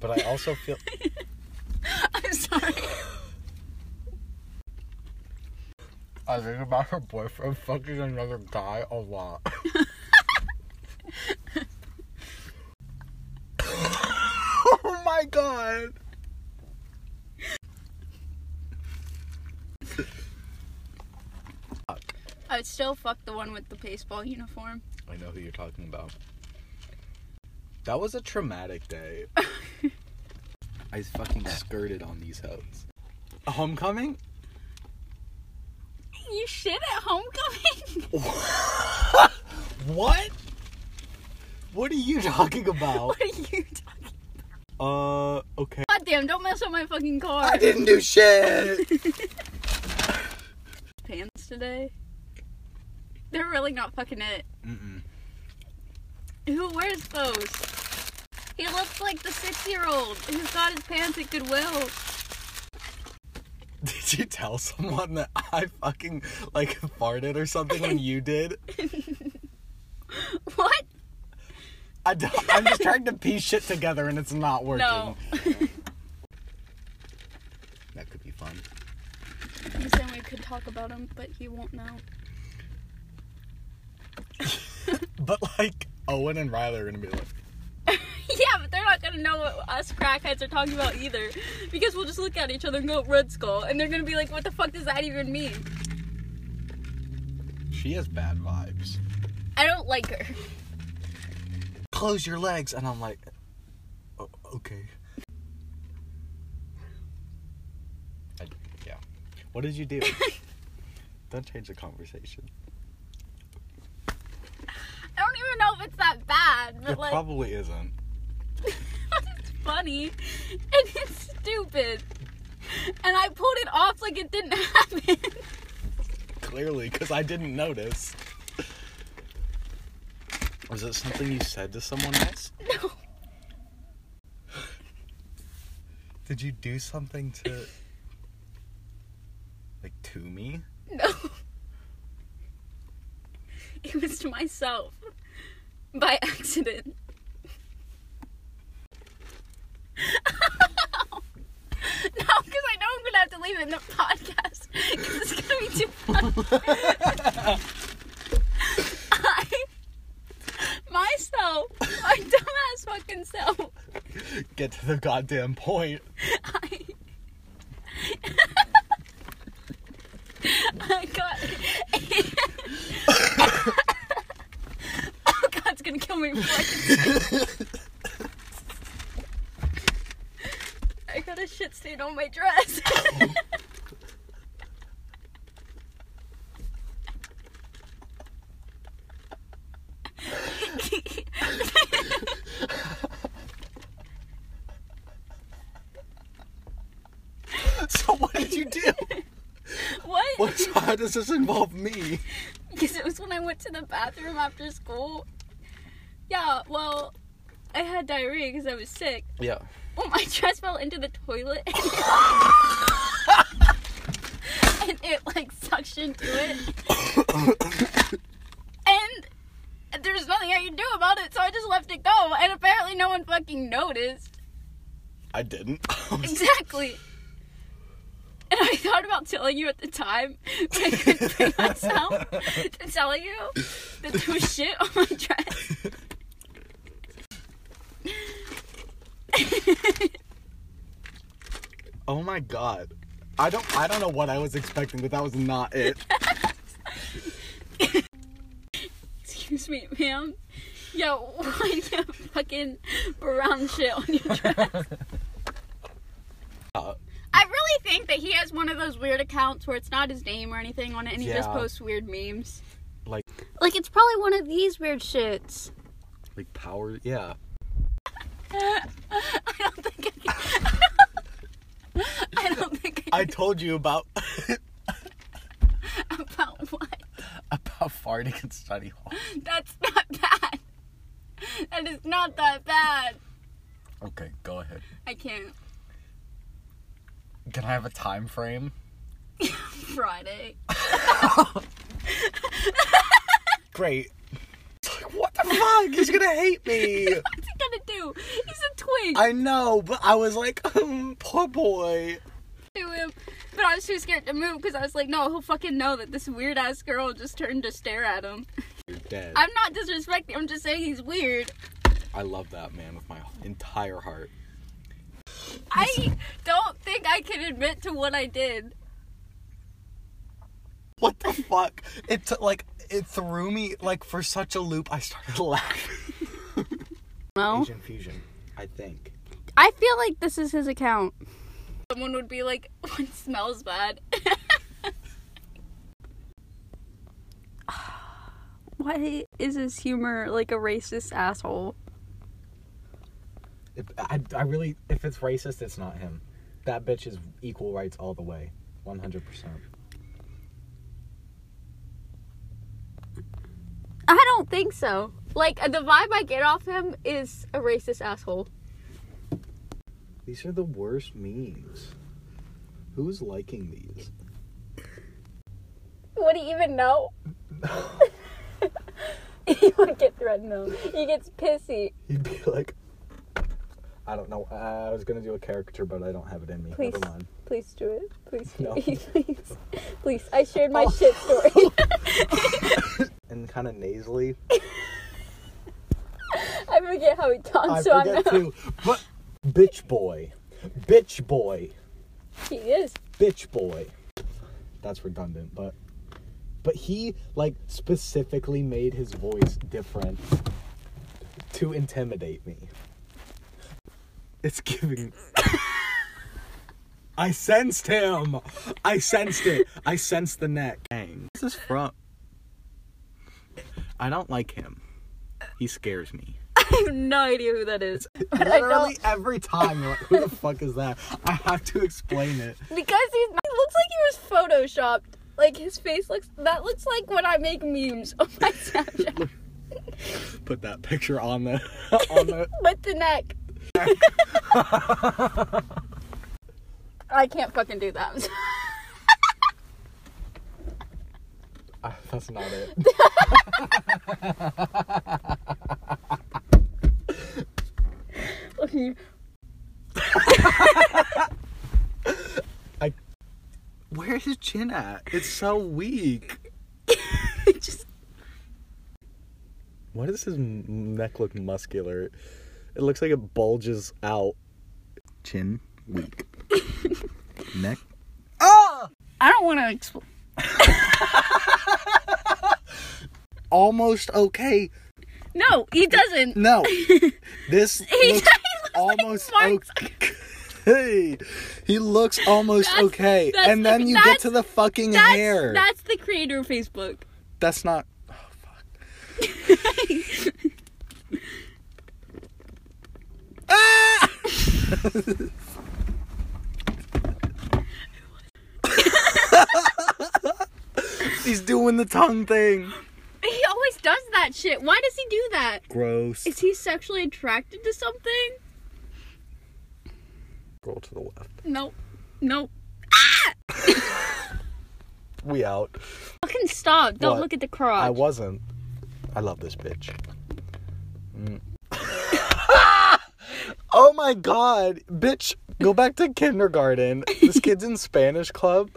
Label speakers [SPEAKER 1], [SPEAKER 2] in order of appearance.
[SPEAKER 1] But I also feel
[SPEAKER 2] I'm sorry.
[SPEAKER 1] I think about her boyfriend fucking another guy a lot. oh my god.
[SPEAKER 2] I would still fuck the one with the baseball uniform.
[SPEAKER 1] I know who you're talking about. That was a traumatic day. I fucking skirted on these hoes. Homecoming?
[SPEAKER 2] You shit at homecoming?
[SPEAKER 1] what? What are you talking about?
[SPEAKER 2] what are you talking?
[SPEAKER 1] Uh, okay.
[SPEAKER 2] God damn! Don't mess up my fucking car.
[SPEAKER 1] I didn't do shit.
[SPEAKER 2] Pants today. They're really not fucking it.
[SPEAKER 1] Mm-mm.
[SPEAKER 2] Who wears those? He looks like the six-year-old who got his pants at Goodwill.
[SPEAKER 1] Did you tell someone that I fucking like farted or something when you did?
[SPEAKER 2] What?
[SPEAKER 1] I don't, I'm just trying to piece shit together and it's not working.
[SPEAKER 2] No.
[SPEAKER 1] That could be fun.
[SPEAKER 2] He said we could talk about him, but he won't know.
[SPEAKER 1] But like Owen and Riley are gonna be like,
[SPEAKER 2] Yeah, but they're not gonna know what us crackheads are talking about either, because we'll just look at each other and go Red Skull, and they're gonna be like, "What the fuck does that even mean?"
[SPEAKER 1] she has bad vibes.
[SPEAKER 2] I don't like her.
[SPEAKER 1] Close your legs, and I'm like, oh, okay. I, yeah. What did you do? don't change the conversation.
[SPEAKER 2] I don't even know if it's that bad, but
[SPEAKER 1] It
[SPEAKER 2] like,
[SPEAKER 1] probably isn't.
[SPEAKER 2] it's funny and it's stupid, and I pulled it off like it didn't happen.
[SPEAKER 1] Clearly, because I didn't notice. Was it something you said to someone else?
[SPEAKER 2] no,
[SPEAKER 1] Did you do something to. like, to me?
[SPEAKER 2] no, it was to myself by accident. no, because I know I'm gonna have to leave it in the podcast because it's gonna be too fun. I, myself, my dumbass fucking self.
[SPEAKER 1] Get to the goddamn point.
[SPEAKER 2] I, I got. oh God's gonna kill me. Before I, can I got a shit stain on my dress.
[SPEAKER 1] so, what did you do?
[SPEAKER 2] what?
[SPEAKER 1] What, how does this involve me?
[SPEAKER 2] Because it was when I went to the bathroom after school. Yeah. Well, I had diarrhea because I was sick.
[SPEAKER 1] Yeah.
[SPEAKER 2] Well, my dress fell into the toilet. and it like suctioned to it. and there's nothing I can do about it, so I just left it go. And apparently, no one fucking noticed.
[SPEAKER 1] I didn't. I was
[SPEAKER 2] Exactly. And I thought about telling you at the time, but I couldn't bring myself to tell you that there was shit on my dress.
[SPEAKER 1] Oh my god. I don't I don't know what I was expecting, but that was not it.
[SPEAKER 2] Excuse me, ma'am. Yo, why do you have fucking brown shit on your dress?
[SPEAKER 1] Uh,
[SPEAKER 2] I really think that he has one of those weird accounts where it's not his name or anything on it, and he just
[SPEAKER 1] Yeah.
[SPEAKER 2] posts weird memes.
[SPEAKER 1] Like-
[SPEAKER 2] like it's probably one of these weird shits.
[SPEAKER 1] like power yeah.
[SPEAKER 2] I don't think I can. I don't think I
[SPEAKER 1] I told you about
[SPEAKER 2] can about what.
[SPEAKER 1] about farting at study hall.
[SPEAKER 2] That's not bad. That is not that bad.
[SPEAKER 1] Okay, go ahead.
[SPEAKER 2] I can't.
[SPEAKER 1] Can I have a time frame?
[SPEAKER 2] Friday.
[SPEAKER 1] Great. It's like what the fuck? He's gonna hate me.
[SPEAKER 2] What's he gonna do? do? He's a twig.
[SPEAKER 1] I know, but I was like, um, poor boy.
[SPEAKER 2] to him, but I was too scared to move because I was like, no, he'll fucking know that this weird ass girl just turned to stare at him.
[SPEAKER 1] You're dead. i
[SPEAKER 2] I'm not disrespecting. I'm just saying he's weird.
[SPEAKER 1] love that man with my entire heart.
[SPEAKER 2] I don't think I can admit to what I did.
[SPEAKER 1] What the fuck? It t- like it threw me like for such a loop. I started laughing.
[SPEAKER 2] No,
[SPEAKER 1] Asian fusion, I think.
[SPEAKER 2] I feel like this is his account. Someone would be like, "One smells bad." Why is his humor like a racist asshole?
[SPEAKER 1] If, I, I really, if it's racist, it's not him. That bitch is equal rights all the way, one hundred percent.
[SPEAKER 2] I don't think so. Like the vibe I get off him is a racist asshole.
[SPEAKER 1] These are the worst memes. Who's liking these?
[SPEAKER 2] What do you even know? you would get threatened though. He gets pissy.
[SPEAKER 1] He'd be like, I don't know. I was gonna do a caricature, but I don't have it in me.
[SPEAKER 2] Please.
[SPEAKER 1] Never mind.
[SPEAKER 2] Please do it. Please do
[SPEAKER 1] No. Oh.
[SPEAKER 2] it. Please. Please. I shared my shit story.
[SPEAKER 1] And kind of nasally.
[SPEAKER 2] I forget how he talks,
[SPEAKER 1] I
[SPEAKER 2] so I'm
[SPEAKER 1] forget too. But bitch boy, bitch boy,
[SPEAKER 2] He is.
[SPEAKER 1] bitch boy. That's redundant, but but he like specifically made his voice different to intimidate me. It's giving. I sensed him. I sensed it. I sensed the neck. Dang. This is from. I don't like him. He scares me.
[SPEAKER 2] I have no idea who that is. But I
[SPEAKER 1] Literally
[SPEAKER 2] don't
[SPEAKER 1] every time you're like, who the fuck is that? I have to explain it.
[SPEAKER 2] because he's he looks like he was photoshopped. Like his face looks that looks like when I make memes on my Snapchat.
[SPEAKER 1] Put that picture on the on the
[SPEAKER 2] With the neck. I can't fucking do that. I'm sorry.
[SPEAKER 1] Ah, that's not it.
[SPEAKER 2] Okay.
[SPEAKER 1] I Where's his chin at? It's so weak.
[SPEAKER 2] Just
[SPEAKER 1] Why does his m- neck look muscular? It looks like it bulges out. Chin weak. neck. Ah!
[SPEAKER 2] I don't want to explain.
[SPEAKER 1] Almost okay.
[SPEAKER 2] No, he doesn't.
[SPEAKER 1] No. This
[SPEAKER 2] He,
[SPEAKER 1] looks almost
[SPEAKER 2] like Mark
[SPEAKER 1] okay. He looks almost
[SPEAKER 2] That's-
[SPEAKER 1] okay.
[SPEAKER 2] that's
[SPEAKER 1] and
[SPEAKER 2] the-
[SPEAKER 1] then you get
[SPEAKER 2] that's-
[SPEAKER 1] to the fucking
[SPEAKER 2] that's,
[SPEAKER 1] hair.
[SPEAKER 2] that's the creator of Facebook.
[SPEAKER 1] That's not. Oh, fuck. ah! He's doing the tongue thing.
[SPEAKER 2] He always does that shit. Why does he do that?
[SPEAKER 1] Gross.
[SPEAKER 2] Is he sexually attracted to something?
[SPEAKER 1] Scroll to the left.
[SPEAKER 2] Nope. Nope.
[SPEAKER 1] We out.
[SPEAKER 2] Fucking stop. Don't
[SPEAKER 1] What?
[SPEAKER 2] look at the crotch.
[SPEAKER 1] I wasn't. I love this bitch. Mm. oh my god, bitch! Go back to kindergarten. This kid's in Spanish club.